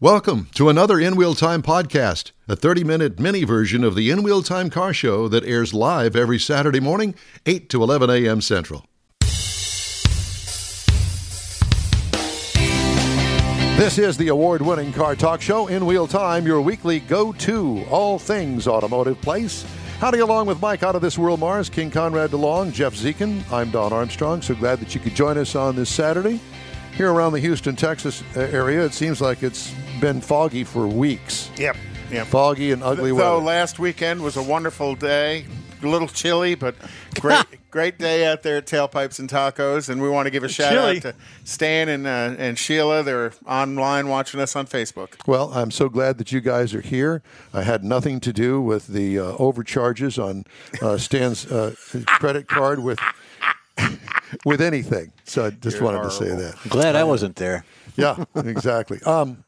Welcome to another In Wheel Time podcast, a 30 minute mini version of the In Wheel Time car show that airs live every Saturday morning, 8 to 11 a.m. Central. This is the award winning car talk show, In Wheel Time, your weekly go to all things automotive place. Howdy along with Mike out of this world, Mars, King Conrad DeLong, Jeff Zekin. I'm Don Armstrong. So glad that you could join us on this Saturday. Here around the Houston, Texas uh, area, it seems like it's been foggy for weeks. Yep. Yep. Foggy and ugly Though weather. last weekend was a wonderful day, a little chilly, but great, great day out there at Tailpipes and Tacos. And we want to give a shout Chilly. out to Stan and uh, and Sheila. They're online watching us on Facebook. Well, I'm so glad that you guys are here. I had nothing to do with the uh, overcharges on uh, Stan's uh, credit card with with anything. So I just wanted to say horrible. that. Glad I wasn't there. yeah, exactly. Um,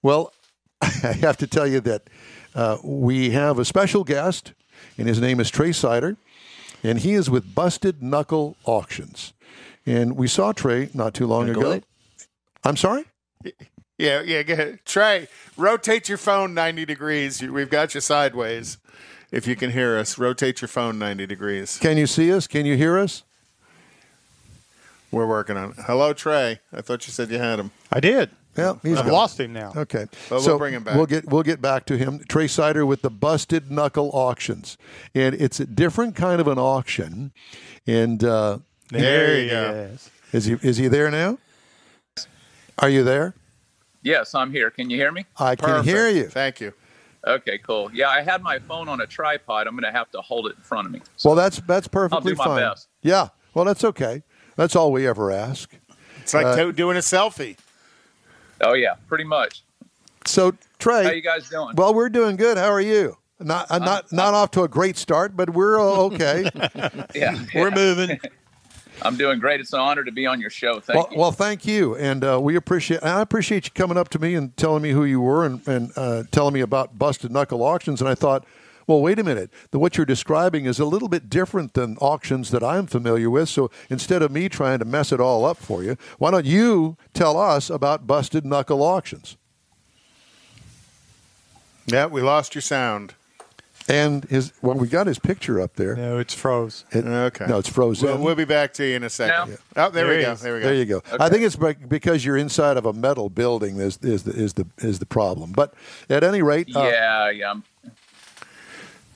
well, I have to tell you that uh, we have a special guest, and his name is Trey Sider, and he is with Busted Knuckle Auctions. And we saw Trey not too long Gonna go ago. late? I'm sorry? Yeah, yeah. Go ahead. Trey, rotate your phone 90 degrees. You- We've got you sideways. If you can hear us, rotate your phone 90 degrees. Can you see us? Can you hear us? We're working on it. Hello, Trey. I thought you said you had him. I did. Yeah, he's I've gone. lost him now. Okay. But we'll bring him back. We'll get we'll get back to him. Trey Sider with the Busted Knuckle Auctions, and it's a different kind of an auction. And uh, There you he go. is. is he is he there now? Are you there? Yes, I'm here. Can you hear me? I can hear you. Thank you. Okay, cool. Yeah, I had my phone on a tripod. I'm going to have to hold it in front of me. Well, that's that's perfectly my fine. best. Yeah. Well, that's okay. That's all we ever ask. It's like to- doing a selfie. Oh yeah, pretty much. So, Trey, How you guys doing? well, we're doing good. How are you? Not uh, not not off to a great start, but we're uh, okay. yeah, We're moving. I'm doing great. It's an honor to be on your show. Thank well, you. well, thank you, and uh, we appreciate. And I appreciate you coming up to me and telling me who you were and and uh, telling me about busted knuckle auctions. And I thought, well, wait a minute, the, what you're describing is a little bit different than auctions that I'm familiar with. So instead of me trying to mess it all up for you, why don't you tell us about busted knuckle auctions? Yeah, we lost your sound. And his well, we got his picture up there. No, it's froze. It- Okay. No, it's frozen. We'll, we'll be back to you in a second. No. Oh, there, There we he go. is. There we go. there you go. I think it's be- because you're inside of a metal building is is the is the is the problem. But at any rate, uh, yeah, yeah. I'm-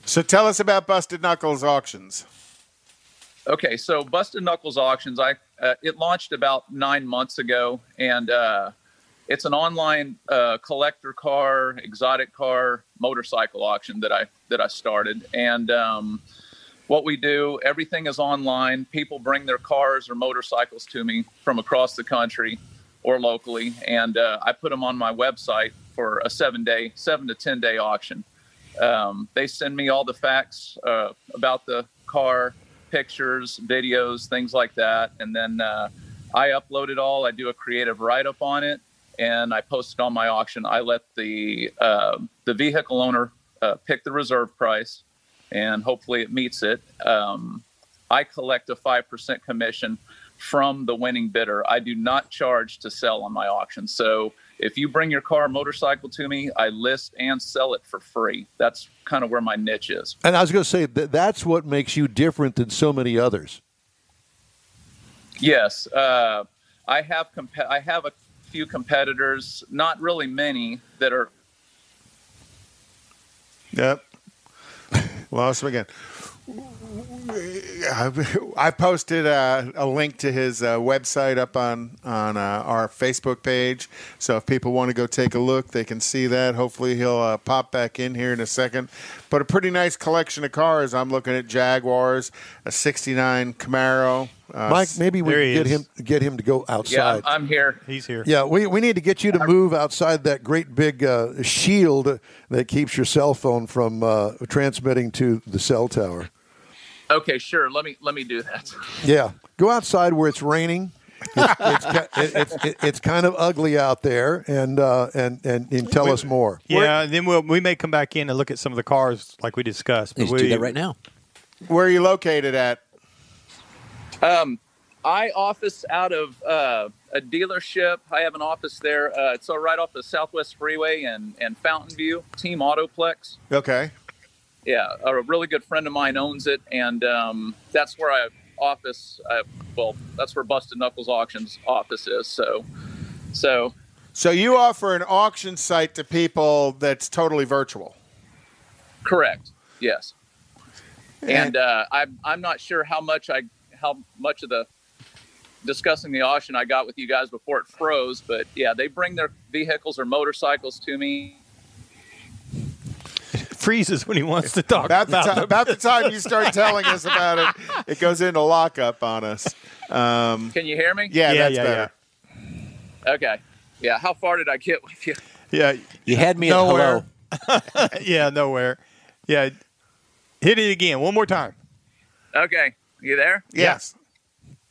So tell us about Busted Knuckles Auctions. Okay, so Busted Knuckles Auctions. I uh, it launched about nine months ago, and uh, it's an online uh, collector car, exotic car, motorcycle auction that I that I started, and. Um, what we do, everything is online. People bring their cars or motorcycles to me from across the country or locally, and uh, I put them on my website for a seven day, seven to 10 day auction. Um, they send me all the facts uh, about the car, pictures, videos, things like that. And then uh, I upload it all. I do a creative write up on it and I post it on my auction. I let the, uh, the vehicle owner uh, pick the reserve price and hopefully it meets it. Um, I collect a 5% commission from the winning bidder. I do not charge to sell on my auction. So if you bring your car or motorcycle to me, I list and sell it for free. That's kind of where my niche is. And I was going to say that that's what makes you different than so many others. Yes, uh, I have comp- I have a few competitors, not really many that are Yep. Lost him again. I posted uh, a link to his uh, website up on on uh, our Facebook page, so if people want to go take a look, they can see that. Hopefully, he'll uh, pop back in here in a second. But a pretty nice collection of cars. I'm looking at Jaguars, a '69 Camaro. Uh, Mike, maybe we can there he get is. him get him to go yeah, outside. I'm, I'm here. He's here. yeah, we, we need to get you to move outside that great big uh, shield that keeps your cell phone from uh, transmitting to the cell tower. Okay, sure. Let me let me do that. Yeah, go outside where it's raining. It's, it's, ki- it, it's, it, it's kind of ugly out there, and uh, and, and and tell us more. Yeah, and then we'll, we may come back in and look at some of the cars like we discussed. But Let's we, do that right now. where are you located at? Um, I office out of uh, a dealership. I have an office there. Uh, it's uh, right off the Southwest Freeway and, and Fountain View, Team Autoplex. Okay. Yeah, a really good friend of mine owns it, and um, that's where I office. Uh, well, that's where Busted Knuckles Auctions office is. So, so So you offer an auction site to people that's totally virtual. correct. Yes. And uh, I'm I'm not sure how much I how much of the discussing the auction I got with you guys before it froze, but yeah, they bring their vehicles or motorcycles to me. Freezes when he wants to talk About the, about ti- them. about the time you start telling us about it, it goes into lockup on us. Um, Can you hear me? yeah, Yeah, that's yeah, better. Okay. Yeah. How far did I get with you? Yeah. You had me at Nowhere. hello. yeah, nowhere. Yeah, hit it again one more time. Okay. You there? Yes.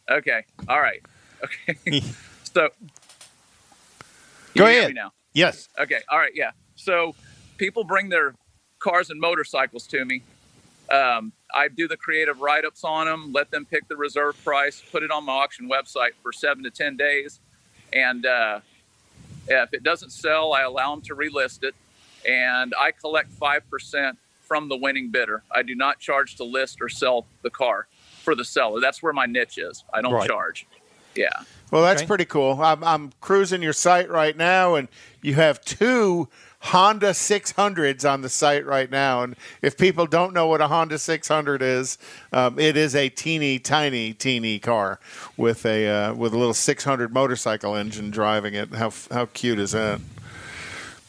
Okay. All right. Okay. Go so You hear ahead. me now. Yes. Okay. All right. Yeah. So people bring their cars and motorcycles to me. Um, I do the creative write ups on them, let them pick the reserve price, put it on my auction website for seven to 10 days. And uh, if it doesn't sell, I allow them to relist it. And I collect 5% from the winning bidder. I do not charge to list or sell the car for the seller. That's where my niche is. I don't Right. charge. Yeah. Well, that's Okay. pretty cool. I'm, I'm cruising your site right now, and you have two Honda 600s on the site right now. And if people don't know what a Honda 600 is, um, it is a teeny tiny, teeny car with a uh, with a little 600 motorcycle engine driving it. How how cute is that?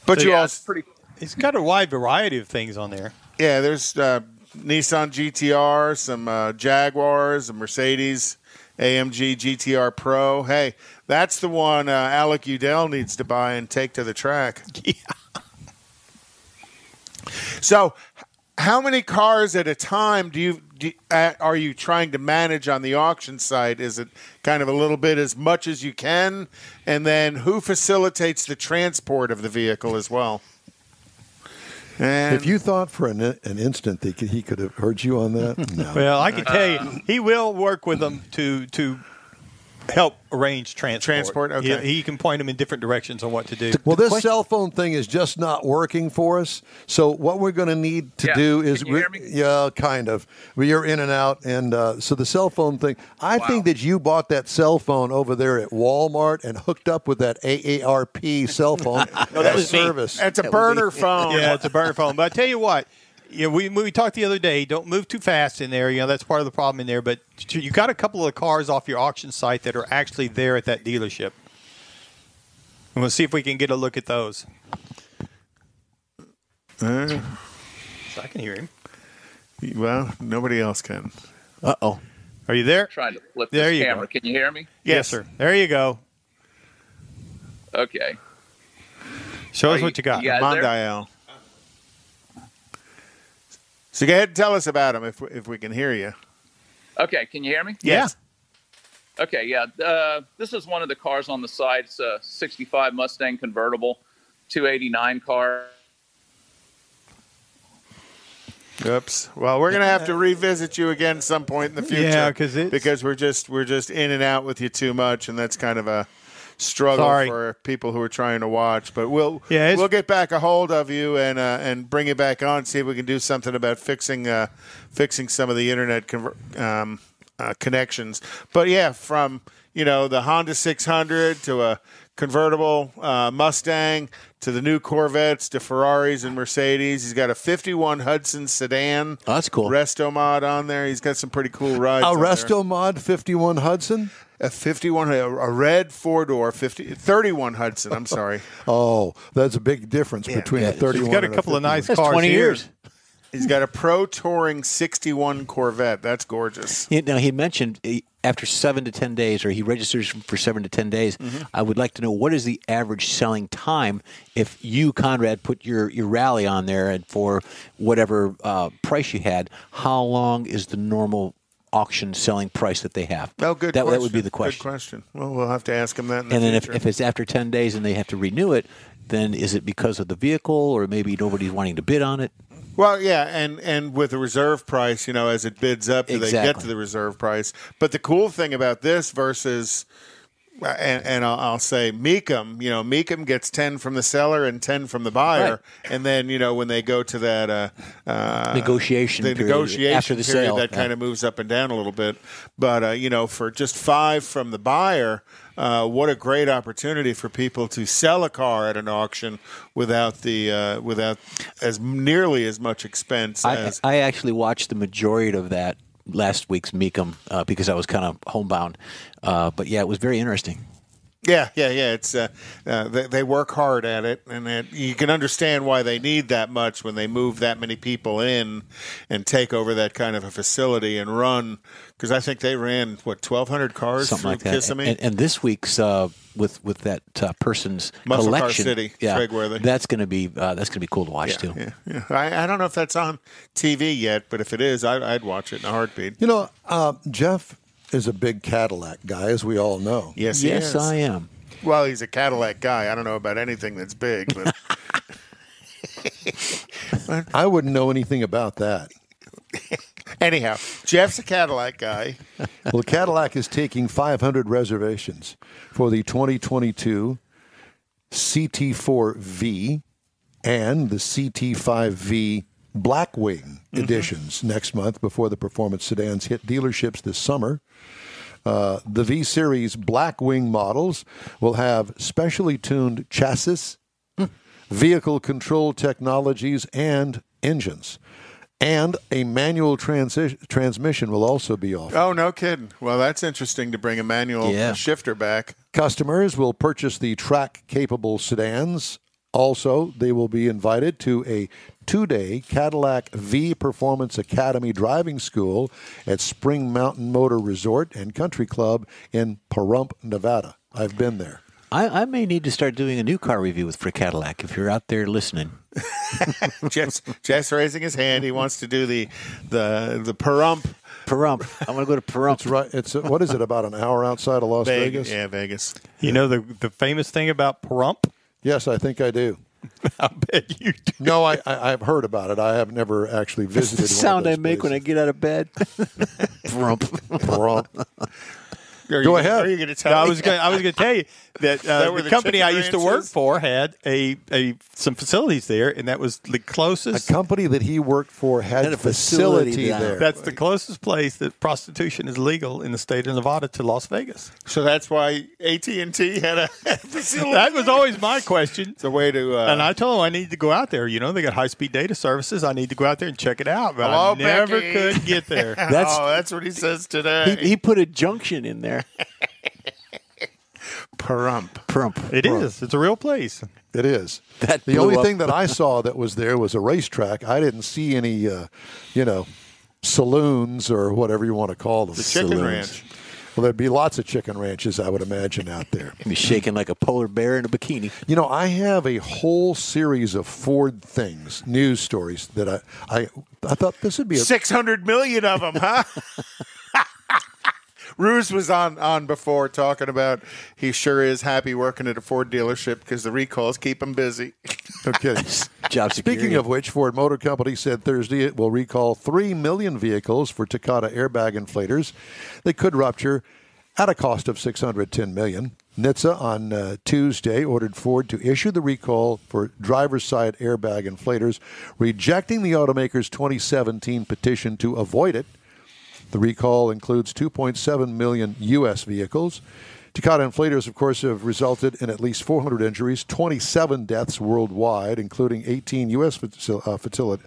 But you yeah, it's also pretty It's got a wide variety of things on there. yeah, there's uh, Nissan GTR, some uh, Jaguars, a Mercedes AMG GTR Pro. Hey, that's the one uh, Alec Udell needs to buy and take to the track. Yeah. So, h- how many cars at a time do you do, uh, are you trying to manage on the auction site? Is it kind of a little bit as much as you can, and then who facilitates the transport of the vehicle as well? And If you thought for an, an instant that he could have heard you on that, no. Well, I can tell you, he will work with them to to help arrange transport. Transport, okay. He, he can point them in different directions on what to do. Well, this cell phone thing is just not working for us. So what we're going to need to Yeah. do is, Can you hear me? yeah, kind of. We are in and out, and uh, so the cell phone thing. I Wow. think that you bought that cell phone over there at Walmart and hooked up with that AARP cell phone Oh, that as was me. service. it's a burner phone. yeah, it's a burner phone. But I tell you what, you know, we we talked the other day. Don't move too fast in there. You know that's part of the problem in there. But you got a couple of cars off your auction site that are actually there at that dealership, and we'll see if we can get a look at those. uh, So I can hear him. Well, nobody else can. Uh oh. Are you there? trying to flip There this you camera. go. Can you hear me? Yes, sir. There you go. Okay. Show Are us you- what you got. you guys there? Mondial. So go ahead and tell us about them if we, if we can hear you. Okay. Can you hear me? Yeah. Okay, yeah. Uh, this is one of the cars on the side. It's a 65 Mustang convertible, 289 car. Oops. Well, we're gonna have to revisit you again some point in the future. Yeah, 'cause it's- because we're just we're just in and out with you too much, and that's kind of a struggle Sorry. for people who are trying to watch. But we'll Yeah, it's- we'll get back a hold of you and uh, and bring you back on. See if we can do something about fixing uh, fixing some of the internet conver- um, uh, connections. But yeah, from you know the Honda 600 to a convertible uh, Mustang to the new Corvettes to Ferraris and Mercedes. He's got a 51 Hudson sedan. Oh, that's cool. Oh, Resto mod on there. He's got some pretty cool rides. a on there. Resto Mod 51 Hudson. A 51, a a red four door, 50, 31 Hudson. I'm sorry. Oh, that's a big difference between yeah. a 31. He's got a and couple 51. of nice That's cars. 20 here. years. He's got a pro touring 61 Corvette. That's gorgeous. You know, he mentioned eh, after seven to 10 days, or he registers for seven to 10 days. I would like to know what is the average selling time if you, Conrad, put your, your rally on there and for whatever uh, price you had, how long is the normal auction selling price that they have? Oh, good. That, question. that would be the Good question. question. Well, we'll have to ask him that. In the and then if, future. if it's after 10 days and they have to renew it, then is it because of the vehicle or maybe nobody's wanting to bid on it? Well, yeah, and and with the reserve price, you know, as it bids up, do they get Exactly. to the reserve price? But the cool thing about this versus and, and I'll, I'll say Meekum, you know, Meekum gets 10 from the seller and 10 from the buyer. And then, you know, when they go to that uh, uh, Negotiation the period negotiation after the period, sale, that yeah. kind of moves up and down a little bit. But, uh, you know, for just five from the buyer, uh, what a great opportunity for people to sell a car at an auction without the uh, without as nearly as much expense I, as I actually watched the majority of that last week's Meekum uh, because I was kind of homebound. Uh, but yeah, it was very interesting. Yeah, yeah, yeah. It's uh, uh, they, they work hard at it, and it, you can understand why they need that much when they move that many people in and take over that kind of a facility and run. Because I think they ran what twelve hundred cars something through like that. Kissimmee. And, and this week's uh, with with that uh, person's Muscle Car collection, City, yeah, Craigworthy. that's going to be uh, that's going to be cool to watch too. yeah, yeah. I, I don't know if that's on TV yet, but if it is, I, I'd watch it in a heartbeat. You know, uh, Jeff is a big Cadillac guy, as we all know. Yes, he Yes, is. I am. Well, he's a Cadillac guy. I don't know about anything that's big, but I wouldn't know anything about that. anyhow, Jeff's a Cadillac guy. Well, Cadillac is taking 500 reservations for the 2022 CT4V and the CT5V Blackwing editions next month before the performance sedans hit dealerships this summer. Uh, the V Series Blackwing models will have specially tuned chassis, vehicle control technologies, and engines. And a manual transi- transmission will also be offered. Oh, no kidding. Well, that's interesting to bring a manual Yeah. shifter back. Customers will purchase the track capable sedans. Also, they will be invited to a two day Cadillac V Performance Academy driving school at Spring Mountain Motor Resort and Country Club in Pahrump, Nevada. I've been there. I, I may need to start doing a new car review with for Cadillac if you're out there listening. Jeff's, Jeff's raising his hand. He wants to do the the the perump. Pahrump, I want to go to Pahrump. It's right. It's what is it? About an hour outside of Las Vegas. Vegas. Yeah, Vegas. You know the the famous thing about Pahrump? Yes, I think I do. I bet you do. No, I, I I've heard about it. I have never actually visited. the sound I make when I I get out of bed. Pahrump. Pahrump. Are you Go gonna- ahead. Are you going to tell No, I me? was gonna, I was going to tell you that, uh, that where the the, company chicken I used to ranch work is? for had a, a some facilities there, and that was the A closest. company that he worked for had, Had a facility, facility down. there. That's the closest place that prostitution is legal in the state of Nevada to Las Vegas. so that's why AT and T had a facility. That was always my question. It's a way to. Uh, And I told them I need to go out there. You know, they got high speed data services. I need to go out there and check it out. But Hello, I never Becky. could get there. That's- oh, that's what he says today. he, he put a junction in there. perump. Pahrump. It is. It's a real place. It is. That the blew only up. thing that I saw that was there was a racetrack. I didn't see any, uh, you know, saloons or whatever you want to call them. Chicken Saloons. ranch. well, there'd be lots of chicken ranches, I would imagine, out there. He's shaking like a polar bear in a bikini. You know, I have a whole series of Ford things, news stories that I, I, I thought this would be a. Six hundred million of them, huh? Ruse was on on before talking about he sure is happy working at a Ford dealership because the recalls keep him busy. No kidding. Job security. Speaking of which, Ford Motor Company said Thursday it will recall 3 million vehicles for Takata airbag inflators that could rupture at a cost of 610 million. NHTSA on uh, Tuesday ordered Ford to issue the recall for driver's side airbag inflators, rejecting the automaker's 2017 petition to avoid it. The recall includes 2.7 million U.S. vehicles. Takata inflators, of course, have resulted in at least 400 injuries, 27 deaths worldwide, including 18 U.S. faci- uh, fatali-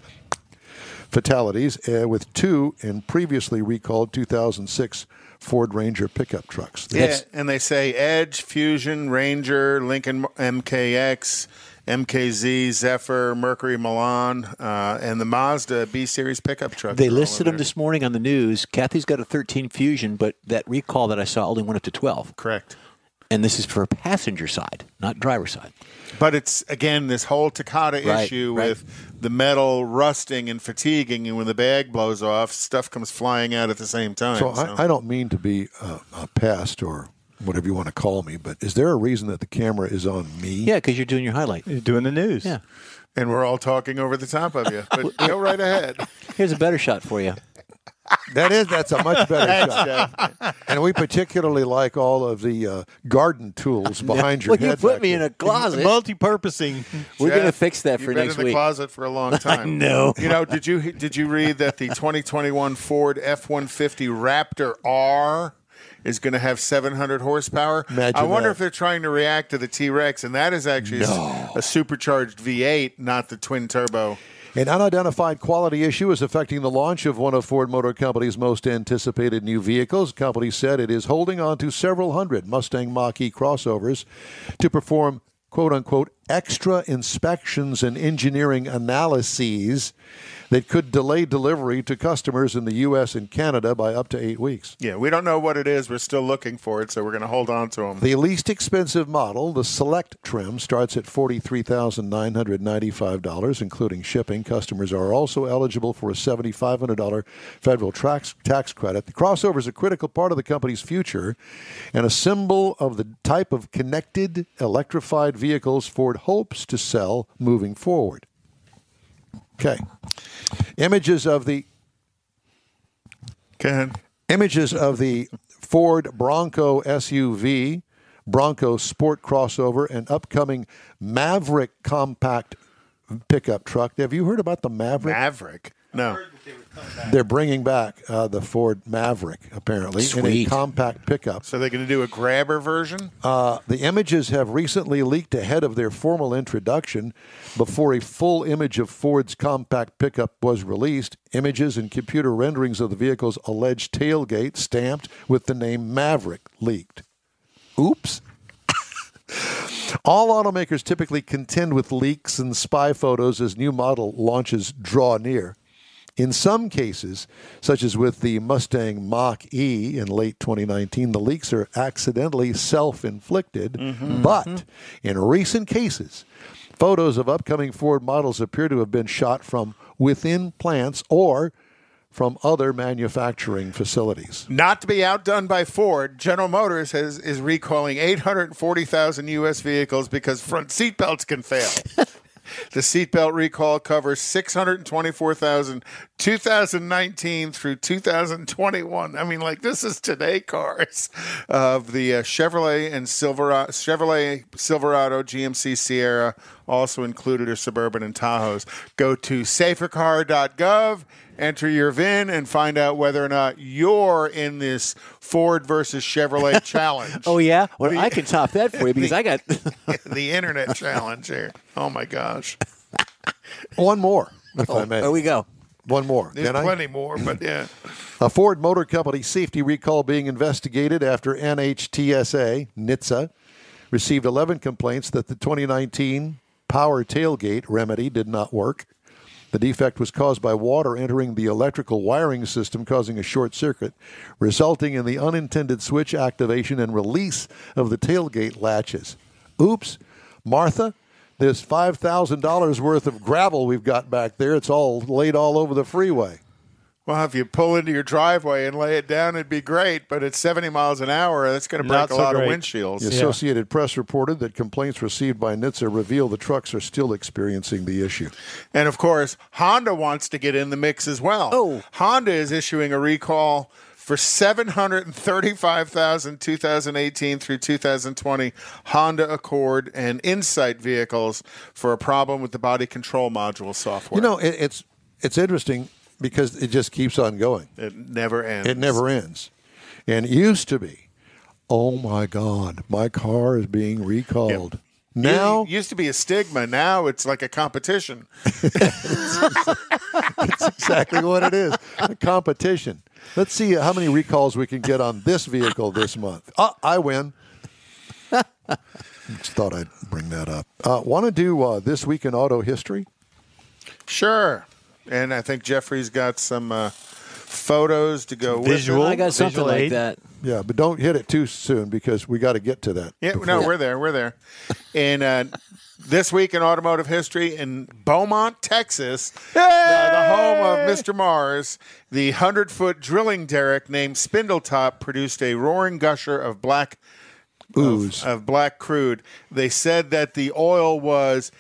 fatalities, uh, with two in previously recalled 2006 Ford Ranger pickup trucks. Yeah, and they say Edge, Fusion, Ranger, Lincoln MKX, MKZ, Zephyr, Mercury Milan, uh, and the Mazda B Series pickup truck. They are all listed in them there. this morning on the news. Kathy's got a 13 Fusion, but that recall that I saw only went up to 12. Correct. And this is for passenger side, not driver side. But it's again this whole Takata Right, issue right. with the metal rusting and fatiguing, and when the bag blows off, stuff comes flying out at the same time. So I, I don't mean to be a, a pest or whatever you want to call me, but is there a reason that the camera is on me? Yeah, because you're doing your highlight. You're doing the news. Yeah. and we're all talking over the top of you. But go right ahead. Here's a better shot for you. That is, that's a much better shot. Jeff. And we particularly like all of the uh, garden tools behind your well, head. you put back me in there. a closet. Multi-purposing. We're Jeff, going to fix that you've for been next in the week. closet for a long time. know. You know, did you did you read that the 2021 Ford F150 Raptor R is going to have 700 horsepower? Imagine I wonder that. if they're trying to react to the T-Rex and that is actually s- a supercharged V8, not the twin turbo. An unidentified quality issue is affecting the launch of one of Ford Motor Company's most anticipated new vehicles. The company said it is holding on to several hundred Mustang Mach E crossovers to perform quote unquote extra inspections and engineering analyses that could delay delivery to customers in the U.S. and Canada by up to eight weeks. Yeah, we don't know what it is. We're still looking for it, so we're going to hold on to them. Um, The least expensive model, the Select trim, starts at $43,995, including shipping. Customers are also eligible for a $7,500 federal tax, tax credit. The crossover is a critical part of the company's future and a symbol of the type of connected, electrified vehicles Ford hopes to sell moving forward. Okay. Images of the Go ahead. images of the Ford Bronco SUV, Bronco Sport crossover, and upcoming Maverick compact pickup truck. Have you heard about the Maverick? Maverick. No. They're bringing back uh, the Ford Maverick apparently in Sweet. a compact pickup. So they're going to do a grabber version? Uh, the images have recently leaked ahead of their formal introduction before a full image of Ford's compact pickup was released. Images and computer renderings of the vehicle's alleged tailgate stamped with the name Maverick leaked. Oops. All automakers typically contend with leaks and spy photos as new model launches draw near. In some cases, such as with the Mustang Mach E in late 2019, the leaks are accidentally self inflicted. But in recent cases, photos of upcoming Ford models appear to have been shot from within plants or from other manufacturing facilities. Not to be outdone by Ford, General Motors has, is recalling 840,000 U.S. vehicles because front seatbelts can fail. the seatbelt recall covers 624,000 2019 through 2021. I mean, like this is today cars of the uh, Chevrolet and Silverado, Chevrolet Silverado, GMC Sierra also included are Suburban and Tahoes. Go to safercar.gov, enter your VIN, and find out whether or not you're in this Ford versus Chevrolet challenge. Oh yeah, well I can top that for you because I got the internet challenge here. Oh my gosh. One more, if I may. there we go. One more. Oh, There's Can I? plenty more, but yeah. A Ford Motor Company safety recall being investigated after NHTSA, NHTSA, received 11 complaints that the 2019 power tailgate remedy did not work. The defect was caused by water entering the electrical wiring system, causing a short circuit, resulting in the unintended switch activation and release of the tailgate latches. Oops, Martha, this $5,000 worth of gravel we've got back there, it's all laid all over the freeway. Well, if you pull into your driveway and lay it down, it'd be great. But at 70 miles an hour, that's going to break Not a so lot of great. windshields. The Associated Press reported that complaints received by NHTSA reveal the trucks are still experiencing the issue. And of course, Honda wants to get in the mix as well. Oh. Honda is issuing a recall for 735,000 2018 through 2020 Honda Accord and Insight vehicles for a problem with the body control module software. You know, it, it's it's interesting because it just keeps on going. it never ends. It never ends. And it used to be, oh my God, my car is being recalled. Now It used to be a stigma. Now it's like a competition. exactly what it is. A competition. Let's see how many recalls we can get on this vehicle this month. Uh, I win. Just thought I'd bring that up. Uh, Want to do uh, this week in auto history? Sure. And I think Jeffrey's got some uh, photos to go with. Visual. it. I got something Visual like aid. that. Yeah, but don't hit it too soon because we got to get to that. Yeah, before- no, we're there. We're there. And uh, this week in automotive history in Beaumont, Texas, the, the home of Mr. Mars, the 100 foot drilling derrick named Spindletop produced a roaring gusher of black ooze. of black crude. They said that the oil was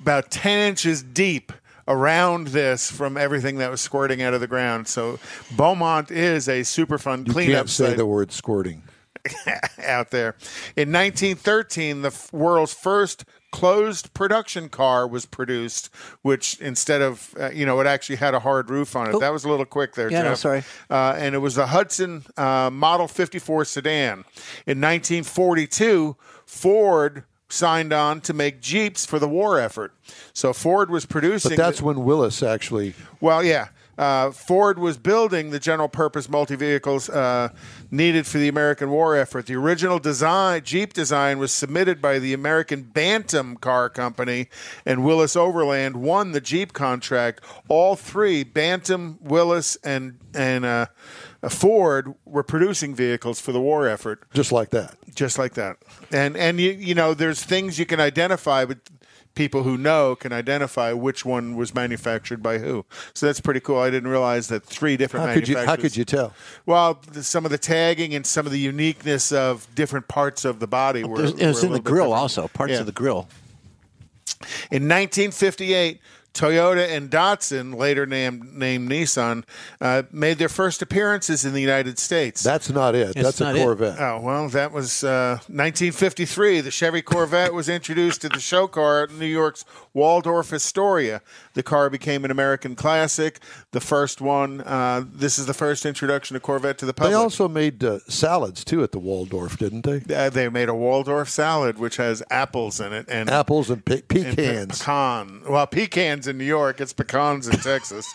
about 10 inches deep around this from everything that was squirting out of the ground. So Beaumont is a Superfund You cleanup can't say site the word squirting. out there. In 1913, the f- world's first closed production car was produced, which instead of, uh, you know, it actually had a hard roof on it. That was a little quick there, Oh. Yeah, no, Jeff. sorry. Uh, and it was the Hudson uh, Model 54 sedan. In 1942, Ford signed on to make Jeeps for the war effort. So Ford was producing. But that's when Willis actually. Well, yeah. Uh, Ford was building the general purpose multi vehicles uh, needed for the American war effort. The original design, Jeep design, was submitted by the American Bantam Car Company, and Willis Overland won the Jeep contract. All three, Bantam, Willis, and, and uh, Ford, were producing vehicles for the war effort Just like that. just like that and and you you know there's things you can identify with people who know can identify which one was manufactured by who so that's pretty cool i didn't realize that three different How could you? manufacturers How could you tell? well the, some of the tagging and some of the uniqueness of different parts of the body were, It was, were a in little the bit grill different. also, parts Yeah. of the grill. In 1958, Toyota and Datsun, later named, named Nissan, uh, made their first appearances in the United States. That's not it. that's not a it. Corvette. Oh well, that was uh, 1953. The Chevy Corvette was introduced to the show car at New York's Waldorf Astoria. The car became an American classic. The first one. Uh, this is the first introduction of Corvette to the public. they also made uh, salads too at the Waldorf, didn't they? Uh, they made a Waldorf salad which has apples in it and Apples and pe- and pe- uh, pecans. pecan. Well, pecans in New York. It's pecans in Texas.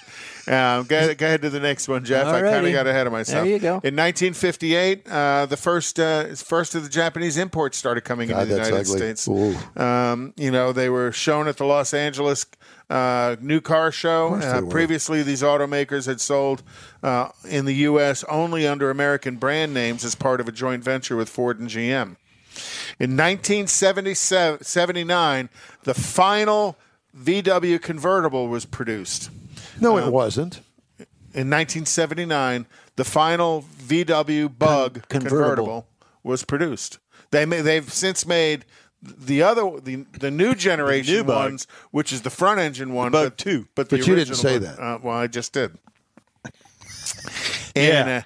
Um, go, go ahead to the next one, Jeff. I kind of Alrighty. got ahead of myself. There you go. In 1958, uh, the first uh, first of the Japanese imports started coming God, into the that's United ugly. States. Ooh. Um, you know, they were shown at the Los Angeles uh, new car show. course they Uh, were. previously, these automakers had sold uh, in the U.S. only under American brand names as part of a joint venture with Ford and GM. In 1979, the final VW convertible was produced. no, uh, it wasn't. In 1979, the final VW Bug Con- convertible. convertible. was produced. They ma- they've since made the other the, the new generation new Bug. ones, which is the front engine one, Bug but two. But, the But you didn't original say one- that. Uh, well, I just did. Yeah. In uh,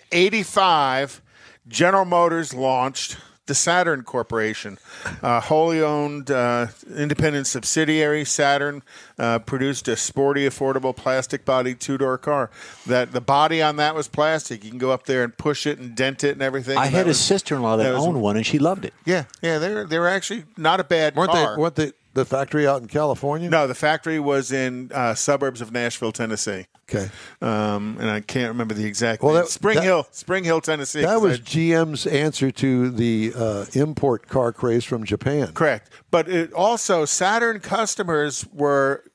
1985, General Motors launched the Saturn Corporation, a wholly owned uh, independent subsidiary. Saturn uh, produced a sporty, affordable plastic body two door car. That the body on that was plastic. You can go up there and push it and dent it and everything. I That had a was- sister in law that, that was- owned one, and she loved it. Yeah, yeah, they're they're actually not a bad Weren't car. they? Weren't they? The factory out in California. no, the factory was in uh, suburbs of Nashville, Tennessee. Okay. um, and I can't remember the exact. Well, name. that- Spring that- Hill, Spring Hill, Tennessee. That 'cause was I- GM's answer to the uh, import car craze from Japan. correct. But it also Saturn customers were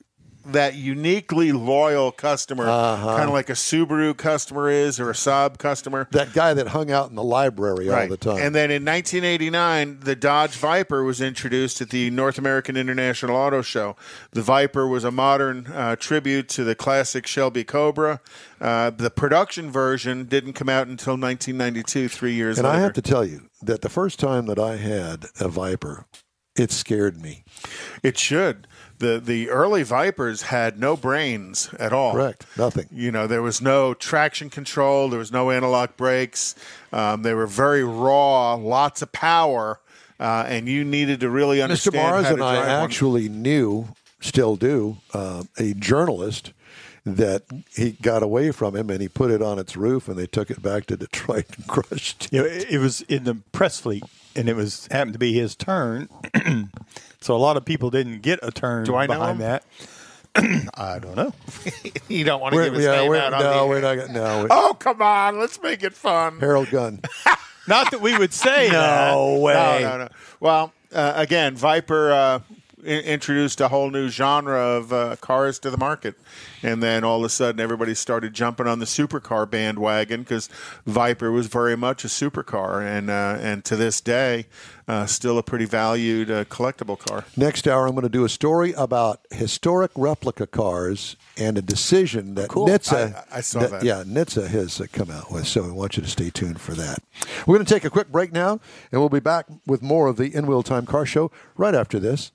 that uniquely loyal customer, Uh-huh. kind of like a Subaru customer is or a Saab customer. That guy that hung out in the library all the time. And then in 1989, the Dodge Viper was introduced at the North American International Auto Show. The Viper was a modern uh, tribute to the classic Shelby Cobra. Uh, the production version didn't come out until 1992, three years and later. I have to tell you that the first time that I had a Viper, it scared me. It should. The the early Vipers had no brains at all. Correct. Nothing. You know, there was no traction control, there was no analog brakes. Um, they were very raw, lots of power, uh, and you needed to really Mr. understand Mars how to and I drive one. actually knew, still do, uh, a journalist that he got away from him and he put it on its roof and they took it back to Detroit and crushed it. You know, it, it was in the press fleet, and it was happened to be his turn. so a lot of people didn't get a turn Do I know behind him? that. I don't know. You don't want to We're- give his yeah, name we're- out on the no, air. we're not. gonna- No, we- Oh come on! Let's make it fun. Harold Gunn. Not that we would say. no way. No, no, no. Well, uh, again, Viper uh, i- introduced a whole new genre of uh, cars to the market, and then all of a sudden, everybody started jumping on the supercar bandwagon because Viper was very much a supercar, and uh, and to this day, uh, still a pretty valued uh, collectible car. Next hour, I'm going to do a story about historic replica cars and a decision that NHTSA, I- I saw that. Yeah, NHTSA has uh, come out with. So we want you to stay tuned for that. We're going to take a quick break now, and we'll be back with more of the In Wheel Time Car Show right after this.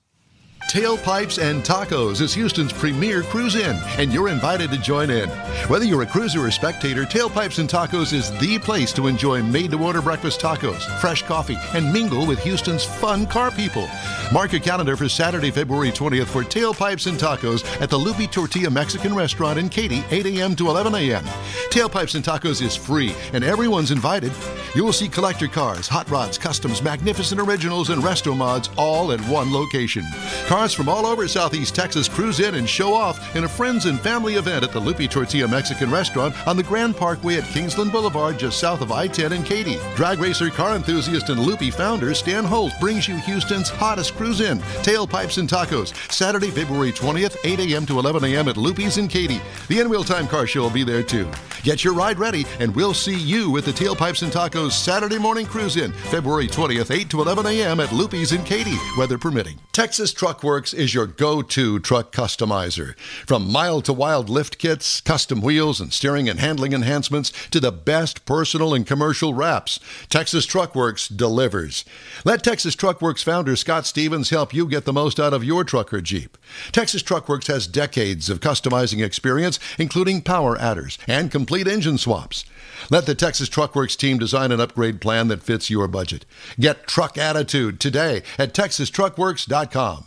Tailpipes and Tacos is Houston's premier cruise in, and you're invited to join in. Whether you're a cruiser or spectator, Tailpipes and Tacos is the place to enjoy made to order breakfast tacos, fresh coffee, and mingle with Houston's fun car people. Mark your calendar for Saturday, February 20th for Tailpipes and Tacos at the Loopy Tortilla Mexican Restaurant in Katy, 8 a.m. to 11 a.m. Tailpipes and Tacos is free, and everyone's invited. You will see collector cars, hot rods, customs, magnificent originals, and resto mods all at one location. Cars from all over Southeast Texas cruise in and show off in a friends and family event at the Loopy Tortilla Mexican Restaurant on the Grand Parkway at Kingsland Boulevard, just south of I 10 in Katy. Drag racer, car enthusiast, and Loopy founder Stan Holt brings you Houston's hottest cruise in, Tailpipes and Tacos, Saturday, February 20th, 8 a.m. to 11 a.m. at Loopy's in Katy. The In Real Time Car Show will be there too. Get your ride ready, and we'll see you at the Tailpipes and Tacos Saturday morning cruise in, February 20th, 8 to 11 a.m. at Loopy's in Katy, weather permitting. Texas Truck Works is your go to truck customizer. From mild to wild lift kits, custom wheels, and steering and handling enhancements to the best personal and commercial wraps, Texas Truck Works delivers. Let Texas Truck Works founder Scott Stevens help you get the most out of your truck or Jeep. Texas Truck Works has decades of customizing experience, including power adders and complete engine swaps. Let the Texas Truck Works team design an upgrade plan that fits your budget. Get truck attitude today at texastruckworks.com.